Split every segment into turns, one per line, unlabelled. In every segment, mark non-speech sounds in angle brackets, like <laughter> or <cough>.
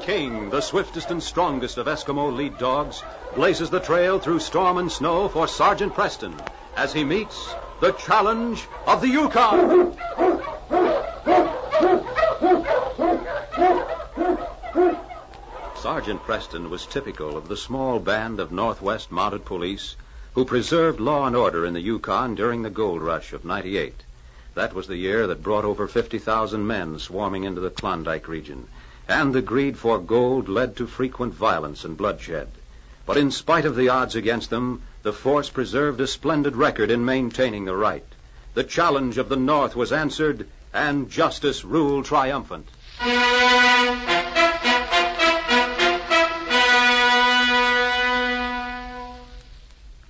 King, the swiftest and strongest of Eskimo lead dogs, blazes the trail through storm and snow for Sergeant Preston as he meets the challenge of the Yukon. Sergeant Preston was typical of the small band of Northwest Mounted Police who preserved law and order in the Yukon during the gold rush of 98. That was the year that brought over 50,000 men swarming into the Klondike region, and the greed for gold led to frequent violence and bloodshed. But in spite of the odds against them, the force preserved a splendid record in maintaining the right. The challenge of the North was answered, and justice ruled triumphant.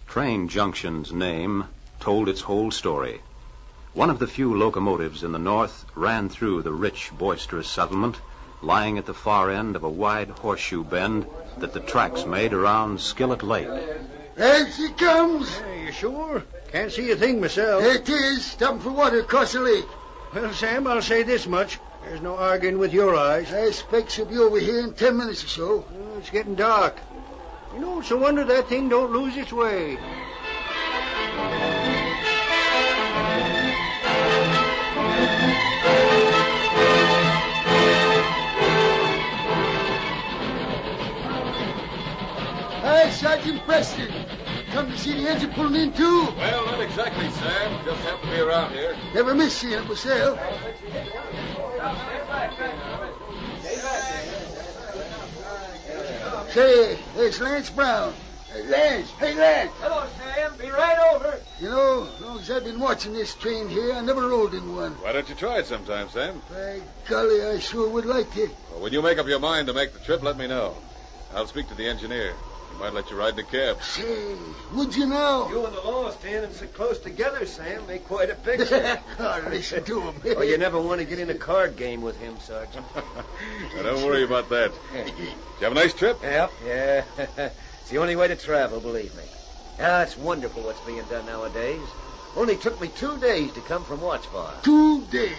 Train Junction's name told its whole story. One of the few locomotives in the north ran through the rich, boisterous settlement, lying at the far end of a wide horseshoe bend that the tracks made around Skillet Lake.
There she comes.
you sure? Can't see a thing myself.
It is stumping for water across the lake.
Well, Sam, I'll say this much. There's no arguing with your eyes.
I expect she'll be over here in ten minutes or so.
Well, It's getting dark. You know, it's a wonder that thing don't lose its way.
Hi, Sergeant Preston. Come to see the engine pulling in, too.
Well, not exactly, Sam. Just happened to be around here.
Never miss seeing it myself. Say, there's Lance Brown. Hey, Lance. Hey, Lance.
Hello, Sam. Be right over.
You know, as long as I've been watching this train here, I never rolled in one.
Why don't you try it sometime, Sam?
By golly, I sure would like to.
Well, when you make up your mind to make the trip, let me know. I'll speak to the engineer. He might let you ride in a cab.
Say, would you now?
You and the law standing so close together, Sam, make quite
<laughs>
a picture.
oh, listen to him.
oh, you never want to get in a card game with him, Sergeant.
<laughs> Now, don't worry about <laughs> that.
<laughs>
Did you have a nice trip?
Yep, yeah. <laughs> it's the only way to travel, believe me. Ah, it's wonderful what's being done nowadays. Only took me two days to come from Watch Bar.
Two days.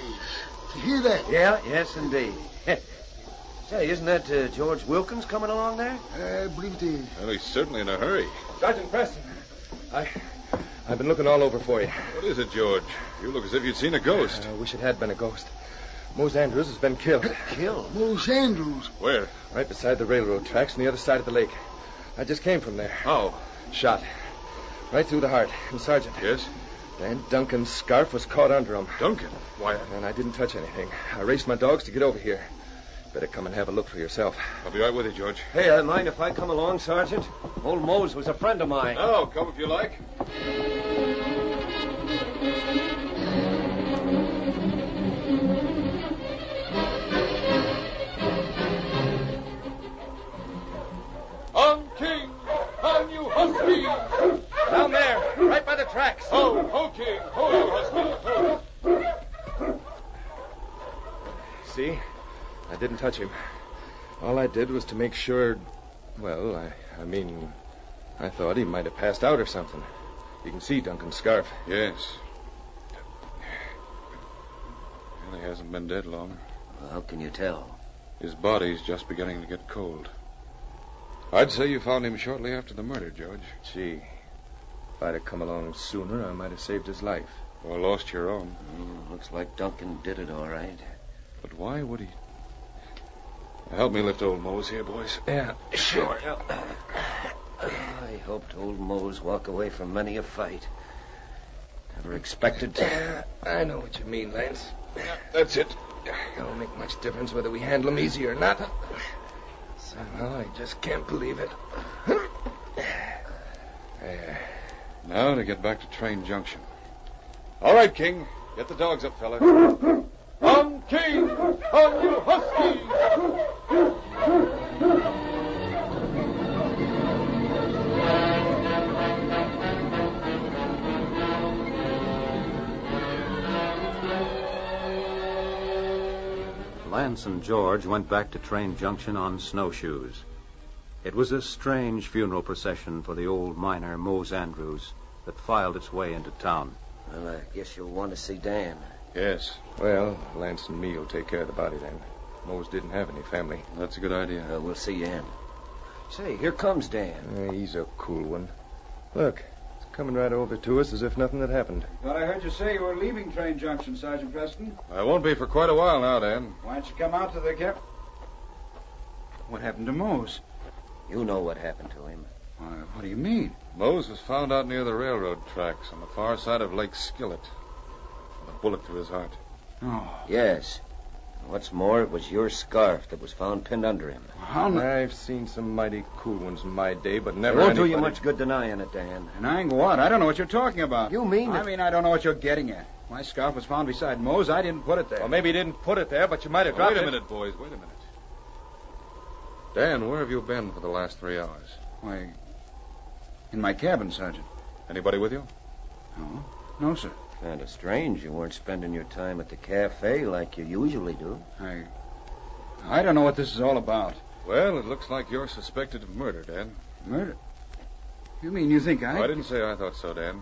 You hear that?
Yeah, yes, indeed. <laughs> Say, isn't that uh, George Wilkins coming along there?
I believe it is.
Well, he's certainly in a hurry.
Sergeant Preston.
I, I've been looking all over for you.
What is it, George? You look as if you'd seen a ghost.
I wish it had been a ghost. Mose Andrews has been killed,
Killed.
Mose Andrews.
Where?
right beside the railroad tracks on the other side of the lake. I just came from there.
How?
Oh.
Shot. Right through the heart. And Sergeant.
Yes?
Dan Duncan's scarf was caught under him.
Duncan.
uh,
Why,
And I didn't touch anything. I raced my dogs to get over here. Better come and have a look for yourself.
I'll be right with you, George.
Hey, I mind if I come along, Sergeant? Old Mose was a friend of mine.
No, come if you like.
On King, on you husky.
Down there, right by the tracks.
Ho, ho, King, ho, you husky. Ho.
See? I didn't touch him. All I did was to make sure. Well, I, I mean, I thought he might have passed out or something. You can see Duncan's scarf.
Yes. Well, he hasn't been dead long.
How can you tell?
His body's just beginning to get cold. I'd say you found him shortly after the murder, George.
Gee, if I'd have come along sooner, I might have saved his life.
Or lost your own.
hmm,
looks like Duncan did it all right.
But why would he? Help me lift old Mose here, boys.
Yeah,
Sure. I hoped old Mose walk away from many a fight. Never
uh,
expected to.
I know what you mean, Lance.
That's it.
It'll make much difference whether we handle him easy or not. Somehow I just can't
<laughs>
believe it. There.
Now to get back to Train Junction. All right, King. Get the dogs up, fella.
On King, on you husky.
Vance and George went back to Train Junction on snowshoes. It was a strange funeral procession for the old miner, Mose Andrews, that filed its way into town.
Well, I guess you'll want to see Dan.
Yes,
Well, Lance and me will take care of the body then. Mose didn't have any family.
that's a good idea.
Uh, we'll see him. Say, here comes Dan.
Eh, he's a cool one. Look, he's coming right over to us as if nothing had happened.
Thought I heard you say you were leaving Train Junction, Sergeant Preston.
I Uh, won't be for quite a while now, Dan.
Why don't you come out to the cap? What happened to Mose?
You know what happened to him.
Why, what do you mean?
Mose was found out near the railroad tracks on the far side of Lake Skillet. With a bullet through his heart.
Oh,
Yes. What's more, it was your scarf that was found pinned under him.
how? n-
I've seen some mighty cool ones in my day, but
It
never.
won't do you
anybody-
much good denying it, Dan.
Denying what? I don't know what you're talking about.
You mean
I
it.
mean, I don't know what you're getting at. My scarf was found beside Mose. I didn't put it there.
Well, maybe you didn't put it there, but you might have
Now,
dropped
wait a
it.
minute, boys. Wait a minute. Dan, where have you been for the last three hours?
Why, in my cabin, Sergeant.
Anybody with you?
Oh?
No, no, sir.
Kind of strange you weren't spending your time at the cafe like you usually do.
I, I don't know what this is all about.
Well, it looks like you're suspected of murder, Dan.
Murder. You mean you think I?
Oh, I didn't say I thought so, Dan.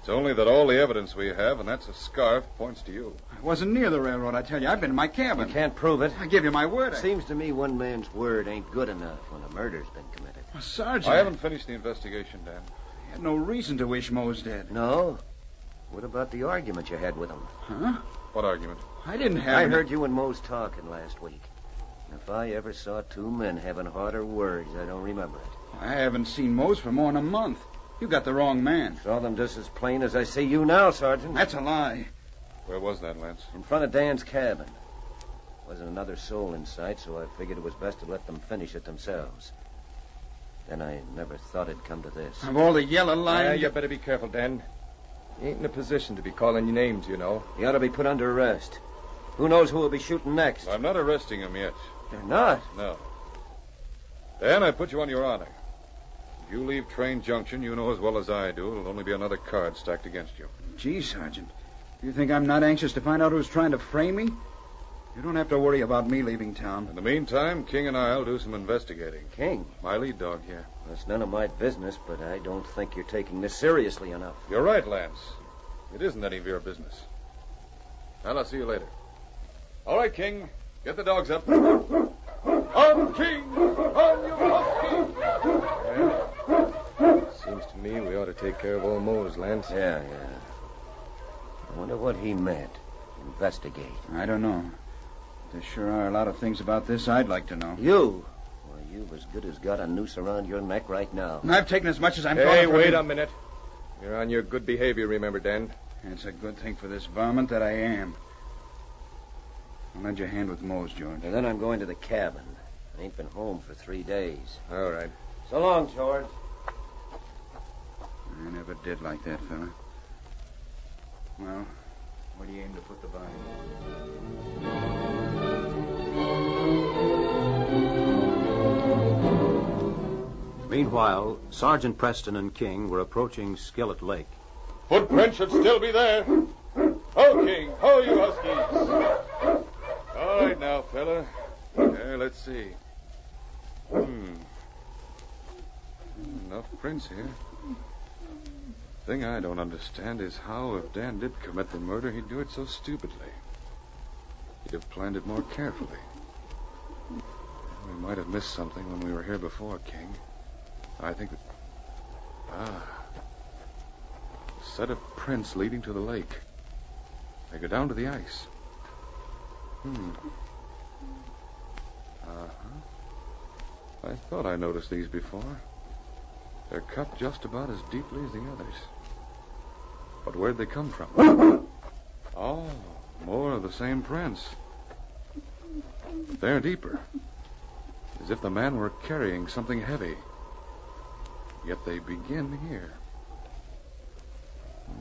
It's only that all the evidence we have, and that's a scarf, points to you.
I wasn't near the railroad. I tell you, I've been in my
You
cabin.
can't prove it.
I give you my word. I-
Seems to me one man's word ain't good enough when a murder's been committed.
Well, Sergeant,
I haven't finished the investigation, Dan.
I had no reason to wish Mose dead.
No? What about the argument you had with him?
Huh?
What argument?
I didn't have.
I
any-
heard you and Mose talking last week. If I ever saw two men having harder words, I don't remember it.
I haven't seen Mose for more than a month. You got the wrong man.
Saw them just as plain as I see you now, Sergeant.
That's a lie.
Where was that, Lance?
In front of Dan's cabin. Wasn't another soul in sight, so I figured it was best to let them finish it themselves. Then I never thought it'd come to this.
Of all the yellow
Yeah,
line.
Ah, you better be careful, Dan. You ain't in a position to be calling your names, you know.
He ought to be put under arrest. Who knows who will be shooting next?
I'm not arresting him yet.
They're not.
No. Dan, I put you on your honor. If you leave Train Junction, you know as well as I do, it'll only be another card stacked against you.
Gee, Sergeant. You think I'm not anxious to find out who's trying to frame me? You don't have to worry about me leaving town.
In the meantime, King and I'll do some investigating.
King,
My lead dog here.
that's none of my business, but I don't think you're taking this seriously enough.
You're right, Lance. It isn't any of your business. Well, I'll see you later. All right, King. Get the dogs up. On, King! On, you up, King!
Seems to me we ought to take care of old Mose, Lance.
Yeah, yeah. I wonder what he meant. Investigate.
I don't know. There sure are a lot of things about this I'd like to know.
You? Well, you've as good as got a noose around your neck right now.
I've taken as much as I'm
Hey,
going
wait a minute. You're on your good behavior, remember, Dan.
It's a good thing for this varmint that I am. I'll lend you a hand with Mose, George.
And then I'm going to the cabin. I ain't been home for three days.
All right.
So long, George.
I never did like that fella. Well, where do you aim to put the body?
Meanwhile, Sergeant Preston and King were approaching Skillet Lake.
Footprint should still be there. Ho, King. Ho, you huskies. All right now, fella. Yeah, let's see. Hmm. Enough prints here. Thing I don't understand is how, if Dan did commit the murder, he'd do it so stupidly. He'd have planned it more carefully. We might have missed something when we were here before, King. I think that. Ah set of prints leading to the lake. They go down to the ice. Hmm. Uh huh. Uh-huh. I thought I noticed these before. They're cut just about as deeply as the others. But where'd they come from? Oh, more of the same prints. They're deeper. As if the man were carrying something heavy. Yet they begin here.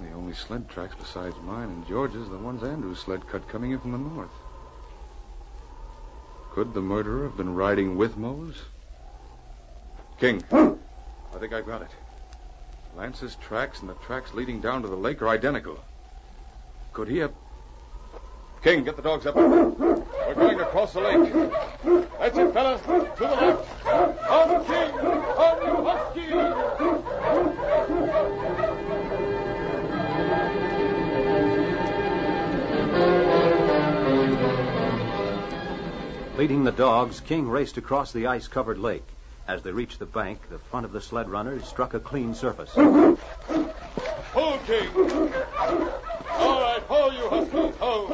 The only sled tracks besides mine and George's are the ones Andrew's sled cut coming in from the north. Could the murderer have been riding with Mose? King, I think I got it. Lance's tracks and the tracks leading down to the lake are identical. Could he have. King, get the dogs up. All
We're going to cross the lake. That's it, fellas. To the left. On King! On you, Husky!
Leading the dogs, King raced across the ice covered lake. As they reached the bank, the front of the sled runners struck a clean surface.
Hold, King! All right, hold, you Huskies, hold!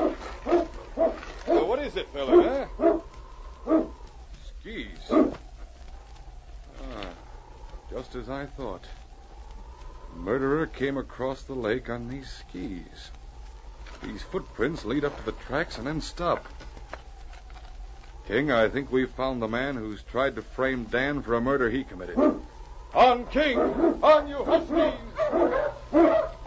Now, what is it, fella, huh?
Skis. Ah, just as I thought. Murderer came across the lake on these skis. These footprints lead up to the tracks and then stop. King, I think we've found the man who's tried to frame Dan for a murder he committed.
On, King! On, you Huskies!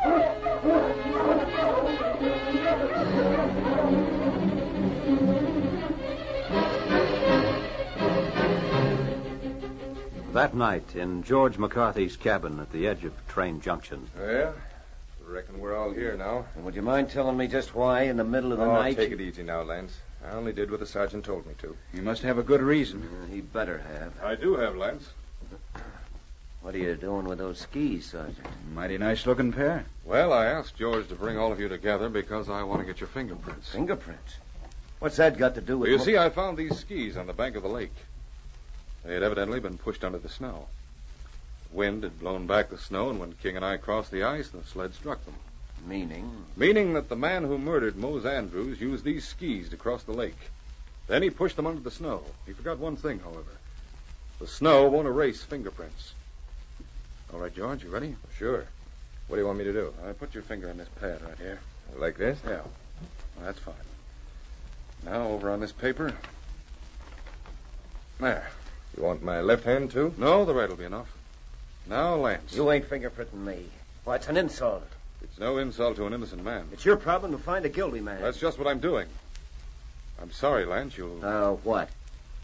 That night, in George McCarthy's cabin at the edge of Train Junction,
Well, reckon we're all here now.
And would you mind telling me just why in the middle of the
oh,
night?
take it easy now, Lance. I only did what the sergeant told me to.
You must have a good reason.
Uh, he better have.
I do have, Lance.
What are you doing with those skis, Sergeant?
Mighty nice looking pair.
Well, I asked George to bring all of you together because I want to get your fingerprints.
Fingerprints. What's that got to do with
Well, you see, I found these skis on the bank of the lake. They had evidently been pushed under the snow. Wind had blown back the snow, and when King and I crossed the ice, the sled struck them.
meaning?
Meaning that the man who murdered Mose Andrews used these skis to cross the lake. Then he pushed them under the snow. He forgot one thing, however. The snow won't erase fingerprints. All right, George, you ready?
Sure. What do you want me to do?
I put your finger on this pad right here.
Like this?
Yeah. Well, that's fine. Now over on this paper. There.
You want my left hand, too?
No, the right'll be enough. Now, Lance.
You ain't fingerprinting me. Why, it's an insult.
It's no insult to an innocent man.
It's your problem to find a guilty man.
That's just what I'm doing. I'm sorry, Lance. You'll
Uh, what?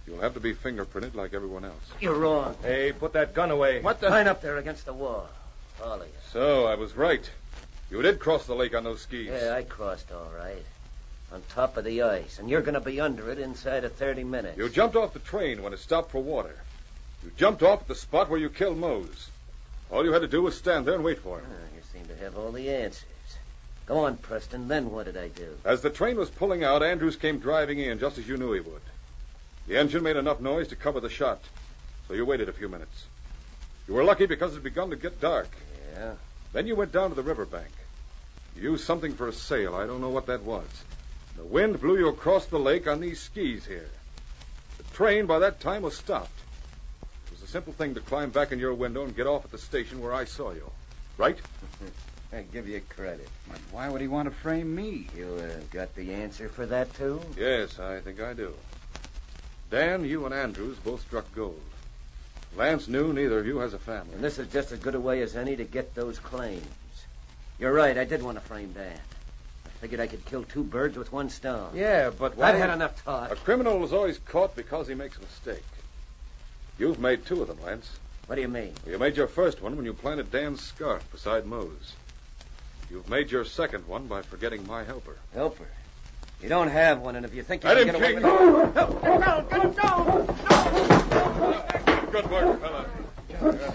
you'll have to be fingerprinted like everyone else.
You're wrong.
Hey, put that gun away.
What the? Line up there against the wall. All of you.
So I was right. You did cross the lake on those skis.
Yeah, I crossed all right. On top of the ice, and you're going to be under it inside of 30 minutes.
You jumped off the train when it stopped for water. You jumped off at the spot where you killed Mose. All you had to do was stand there and wait for him.
Ah, you seem to have all the answers. Go on, Preston. Then what did I do?
As the train was pulling out, Andrews came driving in just as you knew he would. The engine made enough noise to cover the shot, so you waited a few minutes. You were lucky because it had begun to get dark.
Yeah.
Then you went down to the riverbank. You used something for a sail. I don't know what that was. The wind blew you across the lake on these skis here. The train by that time was stopped. It was a simple thing to climb back in your window and get off at the station where I saw you. Right?
I give you credit.
But why would he want to frame me?
You uh, got the answer for that, too?
Yes, I think I do. Dan, you and Andrews both struck gold. Lance knew neither of you has a family.
And this is just as good a way as any to get those claims. You're right. I did want to frame Dan. I figured I could kill two birds with one stone.
Yeah, but
I've had enough talk.
A criminal is always caught because he makes a mistake. You've made two of them, Lance.
What do you mean?
You made your first one when you planted Dan's scarf beside Moe's. You've made your second one by forgetting my helper.
Helper. You don't have one, and if you think you
Let
can get
him,
away
King.
with it...
Good work, fella.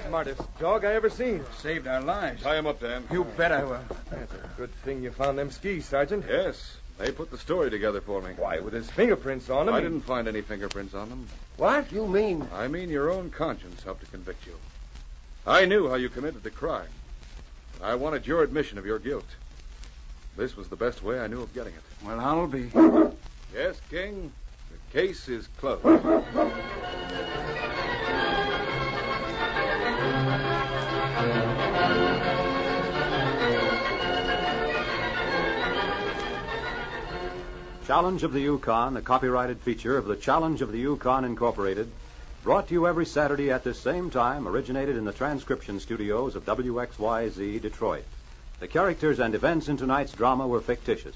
smartest dog I ever seen.
Saved our lives.
Tie him up, Dan.
You bet I will. That's a good thing you found them skis, Sergeant.
Yes, they put the story together for me.
Why, with his fingerprints on them.
I
he-
didn't find any fingerprints on them.
What? You mean...
I mean, your own conscience helped to convict you. I knew how you committed the crime. I wanted your admission of your guilt. This was the best way I knew of getting it.
Well, I'll be.
Yes, King, the case is closed.
Challenge of the Yukon, a copyrighted feature of the Challenge of the Yukon Incorporated, brought to you every Saturday at this same time, originated in the transcription studios of WXYZ Detroit. The characters and events in tonight's drama were fictitious.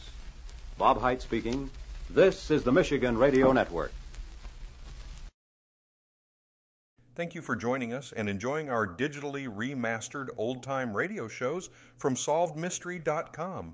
Bob Height speaking. This is the Michigan Radio Network.
Thank you for joining us and enjoying our digitally remastered old time radio shows from SolvedMystery.com.